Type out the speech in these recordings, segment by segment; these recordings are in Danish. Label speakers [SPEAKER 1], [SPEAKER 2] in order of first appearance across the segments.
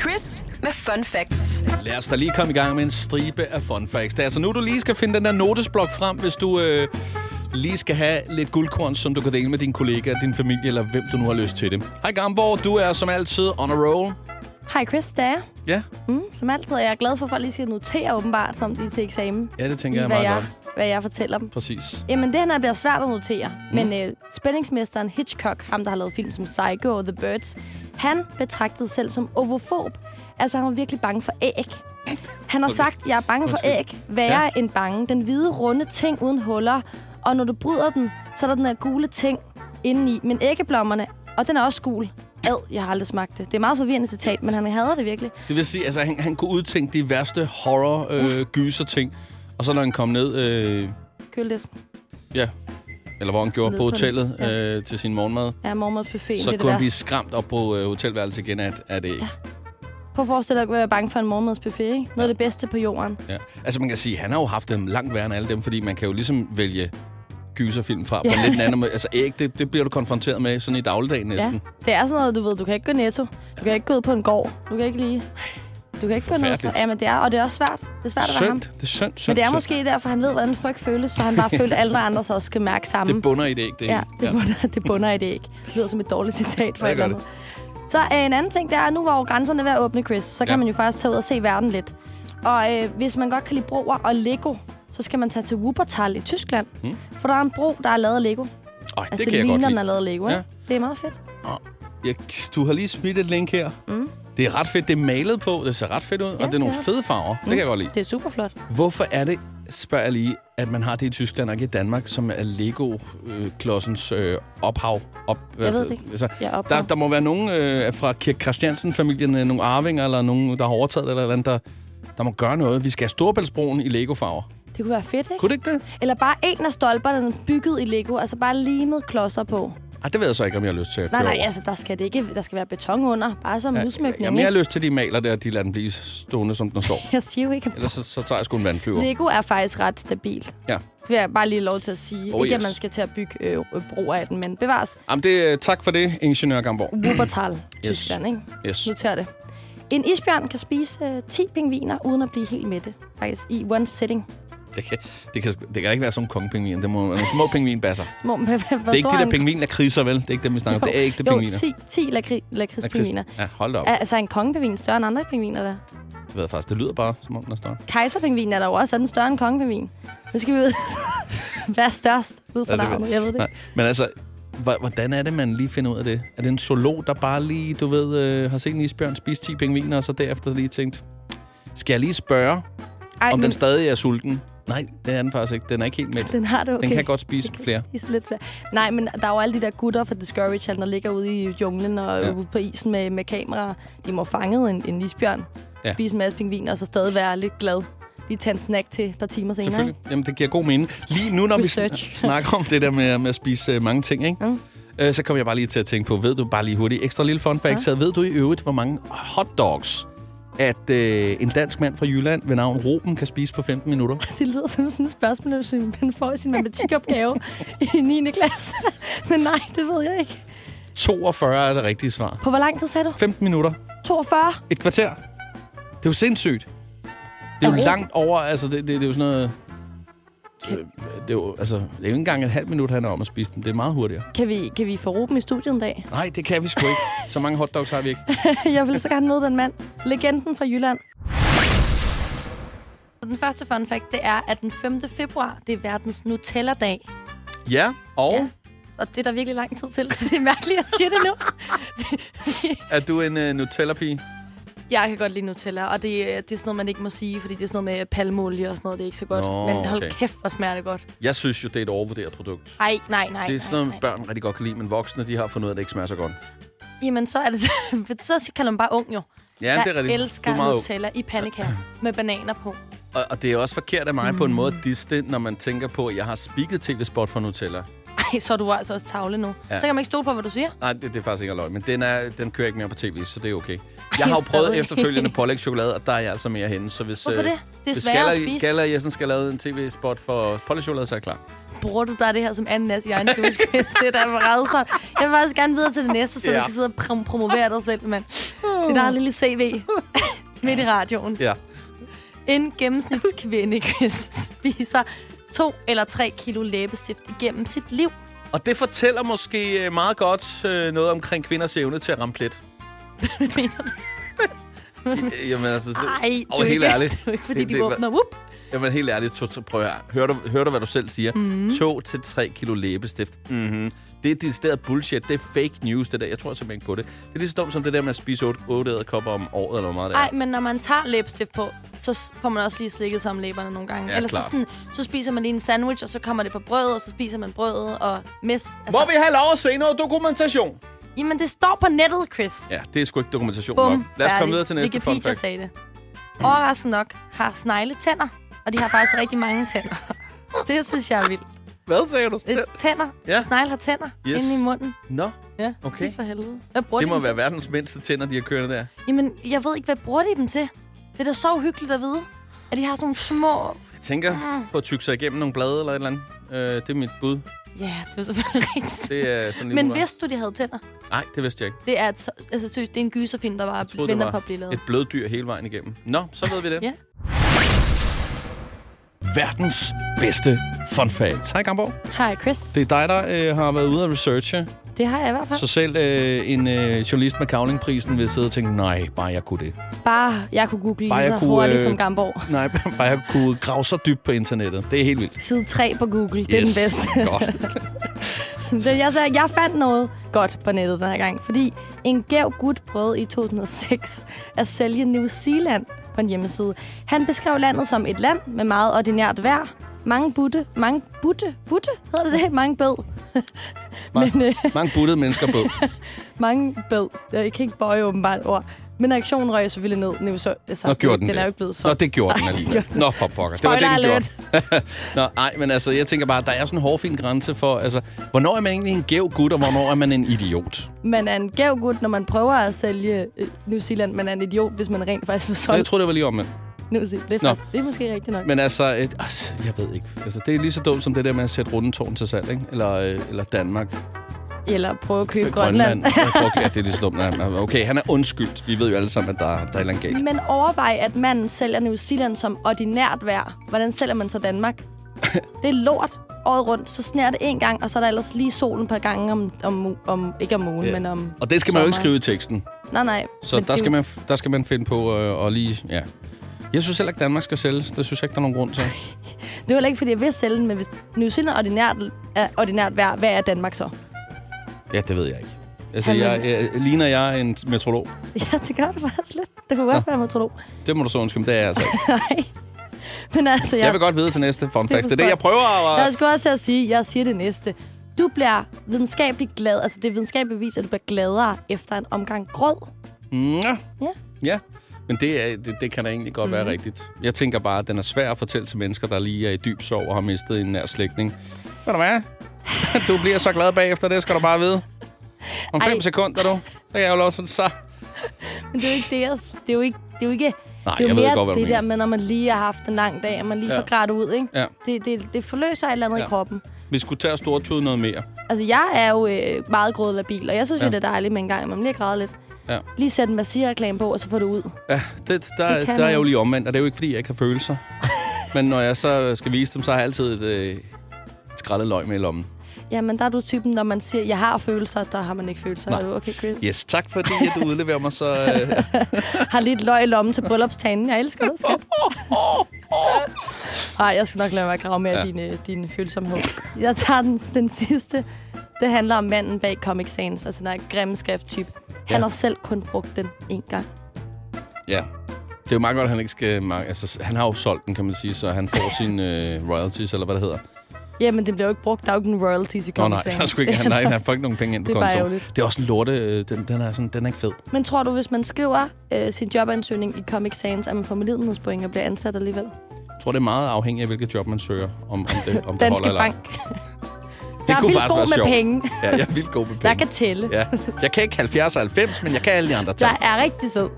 [SPEAKER 1] Chris med fun facts.
[SPEAKER 2] Lad os da lige komme i gang med en stribe af fun facts. Det er altså nu, du lige skal finde den der notesblok frem, hvis du øh, lige skal have lidt guldkorn, som du kan dele med dine kollegaer, din familie eller hvem du nu har lyst til det. Hej Gamborg, du er som altid on a roll.
[SPEAKER 3] Hej Chris, det er jeg.
[SPEAKER 2] Ja,
[SPEAKER 3] mm, Som altid er jeg glad for, at folk lige skal notere åbenbart, som de er til eksamen.
[SPEAKER 2] ja det
[SPEAKER 3] i,
[SPEAKER 2] tænker jeg
[SPEAKER 3] hvad,
[SPEAKER 2] meget
[SPEAKER 3] jeg,
[SPEAKER 2] godt.
[SPEAKER 3] hvad jeg fortæller dem.
[SPEAKER 2] Præcis.
[SPEAKER 3] Jamen, det her bliver svært at notere. Mm. Men øh, spændingsmesteren Hitchcock, ham der har lavet film som Psycho og The Birds, han betragtede sig selv som ovofob. Altså, han var virkelig bange for æg. Han har
[SPEAKER 2] Okay.
[SPEAKER 3] sagt, jeg er bange for
[SPEAKER 2] Undskyld.
[SPEAKER 3] æg. Værre ja. end bange. Den hvide, runde ting uden huller. Og når du bryder den, så er der den her gule ting indeni. Men æggeblommerne, og den er også gul. Ad, jeg har aldrig smagt det. Det er meget forvirrende citat, men han hader det virkelig.
[SPEAKER 2] Det vil sige, at altså, han, han kunne udtænke de værste horror-gyser-ting, og så når han kom ned, øh,
[SPEAKER 3] Køledisken.
[SPEAKER 2] ja, eller hvor han gjorde
[SPEAKER 3] Ned
[SPEAKER 2] på
[SPEAKER 3] på den,
[SPEAKER 2] hotellet
[SPEAKER 3] ja.
[SPEAKER 2] øh, til sin morgenmad,
[SPEAKER 3] Ja, mormadbuffeten.
[SPEAKER 2] så
[SPEAKER 3] det er det
[SPEAKER 2] kunne han
[SPEAKER 3] værste.
[SPEAKER 2] blive skræmt op på øh, hotelværelset igen af, af det æg.
[SPEAKER 3] Prøv at forestille dig at være bange for en morgenmadsbuffet, ikke? Noget af det bedste på jorden.
[SPEAKER 2] Ja. Altså man kan sige, han har jo haft dem langt værre end alle dem, fordi man kan jo ligesom vælge gyserfilm fra på en
[SPEAKER 3] Ja.
[SPEAKER 2] lidt en anden måde. Altså æg, det, det bliver du konfronteret med sådan i dagligdagen næsten. Ja.
[SPEAKER 3] Det er sådan noget, du ved, du kan ikke gå i netto. Du kan ikke gå ud på en gård. Du kan ikke lige... Du kan ikke gå ned
[SPEAKER 2] Forfærdeligt.
[SPEAKER 3] for... Ja, men det er, og det er også svært. Det er svært at være ham.
[SPEAKER 2] Synd. Det er synd, synd,
[SPEAKER 3] Men det er
[SPEAKER 2] synd.
[SPEAKER 3] måske derfor, han ved, hvordan frygt føles, så han bare føler, at alle andre så også skal mærke sammen.
[SPEAKER 2] Det bunder i det æg, det
[SPEAKER 3] ja,
[SPEAKER 2] hele.
[SPEAKER 3] det bunder, det bunder i det ikke. Det lyder som et dårligt citat for
[SPEAKER 2] Ja, det
[SPEAKER 3] et
[SPEAKER 2] gør
[SPEAKER 3] eller andet. Så øh, en anden ting, det er, at nu var jo grænserne ved at åbne, Chris. Så kan
[SPEAKER 2] Ja.
[SPEAKER 3] man jo faktisk tage ud og se verden lidt. Og øh, hvis man godt kan lide broer og Lego, så skal man tage til Wuppertal i Tyskland. Mm. For der er en bro, der er lavet af Lego.
[SPEAKER 2] Øj,
[SPEAKER 3] Altså,
[SPEAKER 2] det,
[SPEAKER 3] det,
[SPEAKER 2] kan jeg
[SPEAKER 3] ligner,
[SPEAKER 2] godt
[SPEAKER 3] den
[SPEAKER 2] lide.
[SPEAKER 3] er lavet af Lego,
[SPEAKER 2] Ja.
[SPEAKER 3] ja. Det er meget fedt.
[SPEAKER 2] Jeg, du har lige smidt et link her. Mm. Det er ret fedt. Det er malet på. Det ser ret fedt ud. Ja, og det er
[SPEAKER 3] det
[SPEAKER 2] nogle
[SPEAKER 3] er det.
[SPEAKER 2] fede farver. Mm. Det kan jeg godt lide.
[SPEAKER 3] Det er super flot.
[SPEAKER 2] Hvorfor er det, spørger jeg lige, at man har det i Tyskland og ikke i Danmark, som er Lego-klodsens øh, ophav? Op,
[SPEAKER 3] Jeg ved det ikke.
[SPEAKER 2] Altså,
[SPEAKER 3] Ja, ophav.
[SPEAKER 2] der, der må være nogen øh, fra Kirk Christiansen-familien, øh, nogle arvinger eller nogen, der har overtaget det eller et eller andet, der, der må gøre noget. Vi skal have Storebæltsbroen i Lego-farver.
[SPEAKER 3] Det kunne være fedt, ikke?
[SPEAKER 2] Kunne det ikke det?
[SPEAKER 3] Eller bare en af stolperne den er bygget i Lego, altså bare limet klodser på.
[SPEAKER 2] Ej, det ved jeg så ikke, om jeg har lyst til at
[SPEAKER 3] Nej,
[SPEAKER 2] køre
[SPEAKER 3] nej,
[SPEAKER 2] over.
[SPEAKER 3] altså der skal, det ikke, der skal være beton under, bare som ja, udsmykning.
[SPEAKER 2] Jamen, jeg har
[SPEAKER 3] ikke?
[SPEAKER 2] lyst til, at de maler der, de lader den blive stående, som den står.
[SPEAKER 3] jeg siger jo ikke, at
[SPEAKER 2] Ellers så, så tager jeg sgu en vandflyver.
[SPEAKER 3] Lego er faktisk ret stabilt.
[SPEAKER 2] Ja.
[SPEAKER 3] Det vil jeg bare lige lov til at sige.
[SPEAKER 2] Oh,
[SPEAKER 3] ikke,
[SPEAKER 2] yes.
[SPEAKER 3] at man skal til at bygge øh, broer af den, men bevares.
[SPEAKER 2] Jamen, det, øh, tak for det, ingeniør Gamborg.
[SPEAKER 3] Wuppertal, Tyskland, ikke?
[SPEAKER 2] Yes.
[SPEAKER 3] Noter det. En isbjørn kan spise øh, 10 pingviner, uden at blive helt mætte. Faktisk i one sitting.
[SPEAKER 2] Det kan, det kan, sgu- det kan ikke være sådan en kongepingvin. Det må være nogle små pingvinbasser. Det
[SPEAKER 3] Små, det er
[SPEAKER 2] er ikke de der pingvin, der kriser, vel? Det er ikke dem, vi snakker om. Det er ikke det
[SPEAKER 3] Jo,
[SPEAKER 2] pingviner.
[SPEAKER 3] 10, 10 lakri-
[SPEAKER 2] Der kris-
[SPEAKER 3] lakridspingviner.
[SPEAKER 2] Ja, hold da op.
[SPEAKER 3] Er- Altså en kongepingvin større end andre pingviner, der?
[SPEAKER 2] Det ved jeg faktisk. Det lyder bare, som om den er større.
[SPEAKER 3] Kejserpingvin er der jo også, er den større end kongepingvin. Nu skal vi ud. Hvad er størst ud fra
[SPEAKER 2] Ja, det ved-
[SPEAKER 3] navnet? Jeg ved det.
[SPEAKER 2] Nej.
[SPEAKER 3] ikke.
[SPEAKER 2] Men altså, hva- hvordan er det, man lige finder ud af det? Er det en zoolog, der bare lige, du ved, øh, har set en isbjørn spise 10 pingviner, og så derefter lige tænkt, skal jeg lige spørge,
[SPEAKER 3] Ej,
[SPEAKER 2] om
[SPEAKER 3] men
[SPEAKER 2] den stadig er sulten? Nej, det er den faktisk ikke. Den er ikke helt mæt.
[SPEAKER 3] den har det okay.
[SPEAKER 2] Den kan godt spise flere.
[SPEAKER 3] Spise lidt flere. Nej, men der er jo alle de der gutter fra Discovery Channel, der ligger ude i junglen og
[SPEAKER 2] Ja.
[SPEAKER 3] ja. ude på isen med, med kameraer. De må fange en, en isbjørn,
[SPEAKER 2] Ja.
[SPEAKER 3] ja. spise en masse pingviner, og så stadig være lidt glad. Lige tage en snack til et par timer senere.
[SPEAKER 2] Selvfølgelig. Jamen, det giver god mening. Lige nu, når vi sn-
[SPEAKER 3] Research.
[SPEAKER 2] snakker om det der med, med at spise øh, mange ting, ikke? Mm. Øh, så kom jeg bare lige til at tænke på, ved du bare lige hurtigt, ekstra lille fun fact, ja. ved du i øvrigt, hvor mange hotdogs, at øh, en dansk mand fra Jylland ved navn Ruben kan spise på 15 minutter?
[SPEAKER 3] ikke? Det lyder som sådan et spørgsmål, som man får i sin matematikopgave i 9. klasse. men nej, det ved jeg ikke.
[SPEAKER 2] 42 er det rigtige svar.
[SPEAKER 3] På hvor lang tid sagde du?
[SPEAKER 2] 15 minutter.
[SPEAKER 3] 42?
[SPEAKER 2] Et kvarter. Det er jo sindssygt. Det er jo
[SPEAKER 3] Ruben-
[SPEAKER 2] langt over, altså det, det, det er jo sådan noget... øh, Det er jo, altså, det er jo ikke engang et halvt minut, han er om at spise dem. Det er meget hurtigere.
[SPEAKER 3] Kan vi, kan vi få Ruben i studiet en dag?
[SPEAKER 2] Nej, det kan vi sgu ikke. Så mange hotdogs har vi ikke.
[SPEAKER 3] Jeg vil så gerne møde den mand. Legenden fra Jylland. Den første fun fact, det er, at den 5. februar, det er verdens Nutella-dag.
[SPEAKER 2] Ja, og...
[SPEAKER 3] Ja. Og det er der virkelig lang tid til, så det er mærkeligt, at jeg siger det nu.
[SPEAKER 2] Er du en uh, Nutella-pige?
[SPEAKER 3] Jeg kan godt lide Nutella, og det, øh, det er sådan noget, man ikke må sige, fordi det er sådan noget med palmolie og sådan noget, det er ikke så godt.
[SPEAKER 2] Nå,
[SPEAKER 3] Men hold
[SPEAKER 2] okay.
[SPEAKER 3] kæft, hvor smager det godt.
[SPEAKER 2] Jeg synes jo, det er et overvurderet produkt.
[SPEAKER 3] Ej, nej, nej,
[SPEAKER 2] Det er sådan
[SPEAKER 3] nej,
[SPEAKER 2] noget,
[SPEAKER 3] nej.
[SPEAKER 2] børn rigtig godt kan lide, men voksne, de har fundet ud af, at det ikke smager så godt.
[SPEAKER 3] Jamen, så, er det, så kalder man bare ung jo.
[SPEAKER 2] Ja,
[SPEAKER 3] jeg
[SPEAKER 2] det er rigtigt. Du er
[SPEAKER 3] elsker
[SPEAKER 2] meget ung.
[SPEAKER 3] Nutella i pandekager med bananer på.
[SPEAKER 2] Og, og det er også forkert af mig mm. på en måde at disse det, når man tænker på, at jeg har spikket tv-spot for Nutella.
[SPEAKER 3] Ej, så er du altså også tavle nu.
[SPEAKER 2] Ja.
[SPEAKER 3] Ja. Så kan man ikke stole på, hvad du siger.
[SPEAKER 2] Nej, det, det er faktisk ikke løgn, men den, er, den kører ikke mere på tv, så det er okay. Jeg har jo
[SPEAKER 3] Stadig.
[SPEAKER 2] prøvet efterfølgende pålægschokolade, og der er jeg altså mere henne. Så hvis,
[SPEAKER 3] Hvorfor
[SPEAKER 2] øh,
[SPEAKER 3] det? Det er
[SPEAKER 2] hvis
[SPEAKER 3] sværere at
[SPEAKER 2] Galler-
[SPEAKER 3] spise.
[SPEAKER 2] Galler Jessen skal lave en tv-spot for pålægschokolade, så er jeg klar.
[SPEAKER 3] Bruger du bare det her som ananas i egen dueskvist? det er da vredsomt. Jeg vil faktisk gerne videre til det næste, så
[SPEAKER 2] Ja.
[SPEAKER 3] ja. du kan sidde og prom- promovere dig selv, mand. Det der er et lille CV midt i radioen.
[SPEAKER 2] Ja.
[SPEAKER 3] En gennemsnitskvinde spiser to eller tre kilo læbestift igennem sit liv.
[SPEAKER 2] Og det fortæller måske øh, meget godt øh, noget omkring kvinders evne til at ramme plet. Jamen, altså, det,
[SPEAKER 3] Nej, det
[SPEAKER 2] og
[SPEAKER 3] er jo
[SPEAKER 2] helt
[SPEAKER 3] ikke,
[SPEAKER 2] ærligt,
[SPEAKER 3] det er jo ikke fordi,
[SPEAKER 2] det-
[SPEAKER 3] det, de
[SPEAKER 2] det-
[SPEAKER 3] åbner. Whoop.
[SPEAKER 2] jamen, helt ærligt to, to, prøv her. Hør du, hør du, hvad du selv siger?
[SPEAKER 3] Mhm.
[SPEAKER 2] Mm. 2-3 kilo læbestift. Mm-hmm. Det er decideret bullshit. Det er fake news, det der. Jeg tror simpelthen ikke på det. Det er lige så dumt som det der med at spise 8, 8 æderkopper om året, eller hvor meget det er.
[SPEAKER 3] Ej, altså- men når man tager læbestift på, så s- får man også lige slikket sammen læberne nogle gange.
[SPEAKER 2] Ja,
[SPEAKER 3] Eller
[SPEAKER 2] klart.
[SPEAKER 3] så, sådan, så spiser man lige en sandwich, og så kommer det på brødet, og så spiser man brødet og mist.
[SPEAKER 2] Må vi have lov at se noget dokumentation?
[SPEAKER 3] Jamen, det står på nettet, Chris.
[SPEAKER 2] Ja, det er sgu ikke dokumentation
[SPEAKER 3] Bum,
[SPEAKER 2] nok. Lad os
[SPEAKER 3] færdig.
[SPEAKER 2] komme videre til næste
[SPEAKER 3] Wikipedia
[SPEAKER 2] fun fact.
[SPEAKER 3] sagde det. Overraskende nok har snegle tænder, og de har faktisk rigtig mange tænder. Det synes jeg er vildt.
[SPEAKER 2] Hvad sagde du?
[SPEAKER 3] Det er tænder.
[SPEAKER 2] Ja.
[SPEAKER 3] Ja. Snegle har tænder
[SPEAKER 2] Yes.
[SPEAKER 3] yes. inde i munden.
[SPEAKER 2] Nå,
[SPEAKER 3] Ja,
[SPEAKER 2] Okay.
[SPEAKER 3] lige for helvede. Hvad bruger
[SPEAKER 2] det
[SPEAKER 3] de
[SPEAKER 2] må
[SPEAKER 3] dem
[SPEAKER 2] være
[SPEAKER 3] til?
[SPEAKER 2] verdens mindste tænder, de har kørende der.
[SPEAKER 3] Jamen, jeg ved ikke, hvad bruger de dem til? Det er da så uhyggeligt at vide, at de har sådan nogle små...
[SPEAKER 2] Jeg tænker
[SPEAKER 3] Ah.
[SPEAKER 2] på at tykke sig igennem nogle blade eller et eller andet. Øh, det er mit bud.
[SPEAKER 3] Ja, det er selvfølgelig rigtigt.
[SPEAKER 2] Det er sådan lidt
[SPEAKER 3] Men
[SPEAKER 2] umiddelbart.
[SPEAKER 3] vidste du, de havde tænder?
[SPEAKER 2] Nej, det vidste jeg ikke.
[SPEAKER 3] Det er, et, så- altså, seriøst, det er en gyserfilm, der bare
[SPEAKER 2] Jeg troede,
[SPEAKER 3] venter
[SPEAKER 2] det
[SPEAKER 3] på
[SPEAKER 2] var
[SPEAKER 3] at blive lavet.
[SPEAKER 2] et bløddyr hele vejen igennem. Nå, så ved vi det.
[SPEAKER 3] Ja.
[SPEAKER 2] Verdens bedste fun fact. Hej, Gamborg.
[SPEAKER 3] Hej, Chris.
[SPEAKER 2] Det er dig, der øh, har været ude at researche.
[SPEAKER 3] det har jeg i hvert fald.
[SPEAKER 2] Så selv øh, en øh, journalist med kavlingprisen vil sidde og tænke, nej, bare jeg kunne det.
[SPEAKER 3] Bare, jeg kunne google
[SPEAKER 2] Bare
[SPEAKER 3] lige
[SPEAKER 2] jeg
[SPEAKER 3] så
[SPEAKER 2] kunne,
[SPEAKER 3] hurtigt
[SPEAKER 2] øh,
[SPEAKER 3] som Gamborg.
[SPEAKER 2] Nej, bare jeg kunne grave så dybt på internettet. Det er helt vildt.
[SPEAKER 3] Side 3 på Google, det er
[SPEAKER 2] Yes.
[SPEAKER 3] den bedste.
[SPEAKER 2] Godt.
[SPEAKER 3] Det, jeg, sagde, jeg fandt noget godt på nettet den her gang, fordi en gæv gut prøvede i 2006 at sælge New Zealand på en hjemmeside. Han beskrev landet som et land med meget ordinært vejr, mange butte, mange butte, butte hedder det det? Mange bød.
[SPEAKER 2] Mange,
[SPEAKER 3] Men, øh,
[SPEAKER 2] mange buttede mennesker på.
[SPEAKER 3] Mange bød. Jeg kan ikke bøje åbenbart et ord. Men aktionen røg jo selvfølgelig ned. New Zealand. altså,
[SPEAKER 2] Nå, gjorde den
[SPEAKER 3] den er
[SPEAKER 2] det?
[SPEAKER 3] jo ikke blevet
[SPEAKER 2] Nå,
[SPEAKER 3] solgt.
[SPEAKER 2] det gjorde den
[SPEAKER 3] Nej, det
[SPEAKER 2] alligevel.
[SPEAKER 3] gjorde den.
[SPEAKER 2] Nå, for pokker. Det var det,
[SPEAKER 3] Spoiler
[SPEAKER 2] den gjorde. Nå, nej, men altså, jeg tænker bare, der er sådan en hårfin grænse for, altså, hvornår er man egentlig en gæv gut, og hvornår er man en idiot?
[SPEAKER 3] Man er en gæv gut, når man prøver at sælge øh, New Zealand. Man er en idiot, hvis man rent faktisk får
[SPEAKER 2] Nå, jeg
[SPEAKER 3] solgt
[SPEAKER 2] tror, det var lige om, men,
[SPEAKER 3] New Zealand. Det er,
[SPEAKER 2] Nå.
[SPEAKER 3] faktisk, det er måske rigtigt nok.
[SPEAKER 2] men altså, et, altså, jeg ved ikke. Altså, det er lige så dumt som det der med at sætte rundetårn til salg, ikke? Eller, øh, eller Danmark.
[SPEAKER 3] Eller prøve at købe Grønland.
[SPEAKER 2] Okay, det er lige så dumt. Nej, Okay, han er undskyldt. Vi ved jo alle sammen, at der, der er et eller andet galt.
[SPEAKER 3] Men overvej, at manden sælger New Zealand som ordinært vejr. Hvordan sælger man så Danmark? det er lort året rundt. Så sner det en gang, og så er der ellers lige solen på gange om, om, u- om ikke om ugen,
[SPEAKER 2] Ja.
[SPEAKER 3] yeah. men om...
[SPEAKER 2] Og det skal man jo ikke
[SPEAKER 3] sommer.
[SPEAKER 2] skrive i teksten.
[SPEAKER 3] Nej, nej.
[SPEAKER 2] Så
[SPEAKER 3] men
[SPEAKER 2] der
[SPEAKER 3] det-
[SPEAKER 2] skal, man, der skal man finde på øh, at lige... Ja. Jeg synes heller ikke, Danmark skal sælges. Det synes jeg ikke, der er nogen grund til.
[SPEAKER 3] Det er heller ikke, fordi jeg vil sælge den, men hvis New Zealand er ordinært, er ordinært vejr, hvad er Danmark så?
[SPEAKER 2] Ja, det ved jeg ikke. Altså,
[SPEAKER 3] Jamen-
[SPEAKER 2] jeg, jeg, ligner jeg en metrolog?
[SPEAKER 3] Ja, det gør det faktisk lidt. Det kunne godt være metrolog.
[SPEAKER 2] Det må du så undskylde, men det er jeg altså ikke.
[SPEAKER 3] Nej. Men altså, jeg...
[SPEAKER 2] Jeg vil godt vide til næste fun fact. Det er
[SPEAKER 3] forstår
[SPEAKER 2] det, jeg
[SPEAKER 3] jeg.
[SPEAKER 2] prøver
[SPEAKER 3] Jeg
[SPEAKER 2] at...
[SPEAKER 3] skulle også til at sige, jeg siger det næste. Du bliver videnskabeligt glad. Altså, det er videnskabeligt bevis, at du bliver gladere efter en omgang grød.
[SPEAKER 2] Ja.
[SPEAKER 3] Ja.
[SPEAKER 2] ja. Men det, er, det, det kan da egentlig godt mm.
[SPEAKER 3] Mhm.
[SPEAKER 2] være rigtigt. Jeg tænker bare, at den er svær at fortælle til mennesker, der lige er i dyb sorg og har mistet en nær slægtning. Ved du hvad? Du bliver så glad bagefter, det skal du bare vide. Om fem
[SPEAKER 3] Ej.
[SPEAKER 2] sekunder, du. Så kan jeg jo lov til... Så.
[SPEAKER 3] Men det er jo ikke det, jeg... Det er jo ikke... Det er jo ikke
[SPEAKER 2] Nej,
[SPEAKER 3] det er
[SPEAKER 2] jeg
[SPEAKER 3] jo
[SPEAKER 2] ved
[SPEAKER 3] mere
[SPEAKER 2] godt, hvad du
[SPEAKER 3] det
[SPEAKER 2] mener.
[SPEAKER 3] der med, når man lige har haft en lang dag, og man lige
[SPEAKER 2] Ja.
[SPEAKER 3] ja. får grædt ud, ikke?
[SPEAKER 2] Ja.
[SPEAKER 3] Det, det, det forløser et eller andet
[SPEAKER 2] Ja.
[SPEAKER 3] ja. i kroppen.
[SPEAKER 2] Vi skulle tage og stortude noget mere.
[SPEAKER 3] Altså, jeg er jo øh, meget grådlabil, og jeg synes
[SPEAKER 2] Ja.
[SPEAKER 3] ja. jo, det er dejligt med en gang, at man lige græder lidt.
[SPEAKER 2] Ja.
[SPEAKER 3] Lige sæt en massierreklame på, og så får du ud.
[SPEAKER 2] Ja, det, der,
[SPEAKER 3] Det
[SPEAKER 2] det
[SPEAKER 3] kan
[SPEAKER 2] der er jeg jo
[SPEAKER 3] man.
[SPEAKER 2] lige omvendt, og det er jo ikke, fordi jeg ikke har følelser. Men når jeg så skal vise dem, så har jeg altid et, øh, et skrællet løg med i lommen.
[SPEAKER 3] Jamen, der er du typen, når man siger, jeg har følelser, der har man ikke følelser.
[SPEAKER 2] Nej.
[SPEAKER 3] Er du okay, Chris?
[SPEAKER 2] Yes, tak fordi at du udleverer mig så... Øh,
[SPEAKER 3] Har lidt løg i lommen til bryllupstanden. Jeg elsker det, skat. Nej, jeg skal nok lade mig grave mere
[SPEAKER 2] Ja.
[SPEAKER 3] ja. din, øh, din følsomhed. Jeg tager den, den sidste. Det handler om manden bag Comic Sans, altså den her grimme skrifttype. Han
[SPEAKER 2] Ja.
[SPEAKER 3] ja. har selv kun brugt den en gang.
[SPEAKER 2] ja, det er jo meget godt, at han ikke skal... mar- Altså, han har jo solgt den, kan man sige, så han får sine øh, royalties, eller hvad det hedder.
[SPEAKER 3] Jamen, den bliver jo ikke brugt. Der er jo ikke nogen royalties i
[SPEAKER 2] Nå
[SPEAKER 3] Comic
[SPEAKER 2] nej,
[SPEAKER 3] Sans.
[SPEAKER 2] der er sgu ikke, han, nej, han får ikke nogen penge ind på
[SPEAKER 3] Det er bare
[SPEAKER 2] kontoen.
[SPEAKER 3] ærgerligt.
[SPEAKER 2] Det er også en lorte... Øh, den, den, er sådan, den er ikke fed.
[SPEAKER 3] Men tror du, hvis man skriver øh, sin jobansøgning i Comic Sans, at man får medlidenhedspoint og bliver ansat alligevel?
[SPEAKER 2] Jeg tror, det er meget afhængigt af, hvilket job man søger, om, om det, om det holder
[SPEAKER 3] Danske
[SPEAKER 2] eller ej.
[SPEAKER 3] Bank.
[SPEAKER 2] Det
[SPEAKER 3] jeg er
[SPEAKER 2] kunne
[SPEAKER 3] vildt
[SPEAKER 2] faktisk være
[SPEAKER 3] god med
[SPEAKER 2] sjovt.
[SPEAKER 3] penge.
[SPEAKER 2] Ja, jeg er vildt god med penge.
[SPEAKER 3] Jeg kan tælle. Ja.
[SPEAKER 2] Ja. Jeg kan ikke 70 og 90, men jeg kan alle de andre tal.
[SPEAKER 3] Jeg er rigtig sød.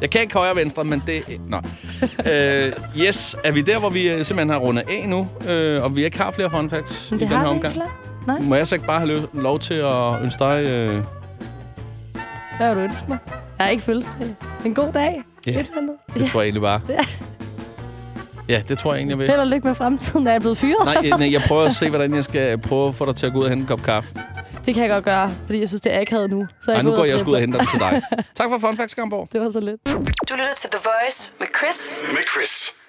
[SPEAKER 2] Jeg kan ikke højre og venstre, men det... Nå. Øh, yes, er vi der, hvor vi øh, simpelthen har rundet af nu, øh, og vi ikke har flere fun facts
[SPEAKER 3] Men
[SPEAKER 2] i
[SPEAKER 3] det
[SPEAKER 2] den
[SPEAKER 3] har
[SPEAKER 2] her
[SPEAKER 3] vi ikke
[SPEAKER 2] omgang?
[SPEAKER 3] klar. Nej,
[SPEAKER 2] Må jeg så ikke bare have lø- lov til at ønske dig... Øh,
[SPEAKER 3] hvad har du ønsket mig? Jeg har ikke fødselsdag. En god dag.
[SPEAKER 2] Ja.
[SPEAKER 3] Et eller andet.
[SPEAKER 2] Det tror jeg egentlig bare.
[SPEAKER 3] Ja.
[SPEAKER 2] Ja, det tror jeg egentlig, jeg vil.
[SPEAKER 3] Held og lykke med fremtiden, da jeg er blevet fyret.
[SPEAKER 2] Nej, øh, nej, jeg prøver at se, hvordan jeg skal prøve at få dig til at gå ud og hente en kop kaffe.
[SPEAKER 3] Det kan jeg godt gøre, fordi jeg synes, det er akavet nu. Så
[SPEAKER 2] Nej,
[SPEAKER 3] jeg
[SPEAKER 2] nu går jeg
[SPEAKER 3] dribbler.
[SPEAKER 2] også ud og henter dem til dig. Tak for fun facts, Skamborg.
[SPEAKER 3] Det var så lidt.
[SPEAKER 1] Du lytter til The Voice med Chris.
[SPEAKER 4] Med Chris.